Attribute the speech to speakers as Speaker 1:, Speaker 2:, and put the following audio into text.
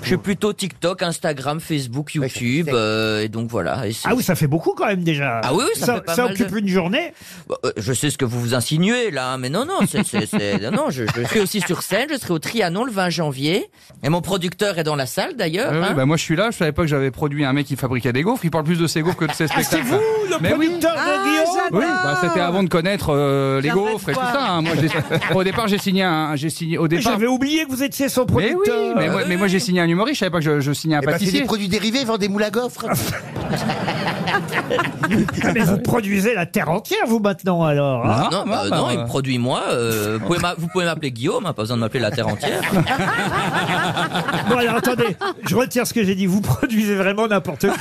Speaker 1: Je suis plutôt TikTok, Instagram, Facebook, YouTube, euh, et donc voilà. Et c'est-
Speaker 2: Ah oui, ça fait beaucoup quand même déjà.
Speaker 1: Ah oui, oui, ça fait pas mal de-
Speaker 2: occupe une journée.
Speaker 1: Bah, euh, Je sais ce que vous vous insinuez là, hein, mais non, non, c'est, c'est- c'est- non, non, je, je suis aussi sur scène, je serai au Trianon le 20 janvier, et mon producteur est dans la salle d'ailleurs.
Speaker 3: Ah ouais,
Speaker 1: hein.
Speaker 3: bah moi je suis là, je savais pas que j'avais produit un mec qui fabriquait des gaufres, il parle plus de ses gaufres que de ses
Speaker 2: Ah,
Speaker 3: spectacles.
Speaker 2: c'est vous le
Speaker 3: Mais oui.
Speaker 2: producteur de Guillaume
Speaker 4: Eh
Speaker 3: Oui, bah, c'était avant de connaître euh, les
Speaker 5: J'aimerais
Speaker 3: gaufres et
Speaker 5: te
Speaker 3: tout
Speaker 5: voir.
Speaker 3: ça. hein. Moi, j'ai- au départ, j'ai signé un, j'ai signé au
Speaker 2: Mais
Speaker 3: départ.
Speaker 2: J'avais oublié que vous étiez son
Speaker 3: Mais oui,
Speaker 2: producteur.
Speaker 3: mais moi, mais moi, j'ai signé un humoriste, je savais pas que je, je signais un
Speaker 4: Eh ben, c'est
Speaker 3: pâtissier.
Speaker 4: des produits dérivés, vend des moules à gaufres.
Speaker 2: Ah, mais vous produisez la terre entière, vous maintenant alors. hein.
Speaker 3: Ah,
Speaker 1: non,
Speaker 3: bah,
Speaker 1: bah,
Speaker 3: bah,
Speaker 1: non,
Speaker 3: bah.
Speaker 1: il me produit moi. euh, vous, pouvez m'a- vous pouvez m'appeler Guillaume, hein, pas besoin de m'appeler la terre entière.
Speaker 2: Bon, alors attendez, je retire ce que j'ai dit. Vous produisez vraiment n'importe quoi.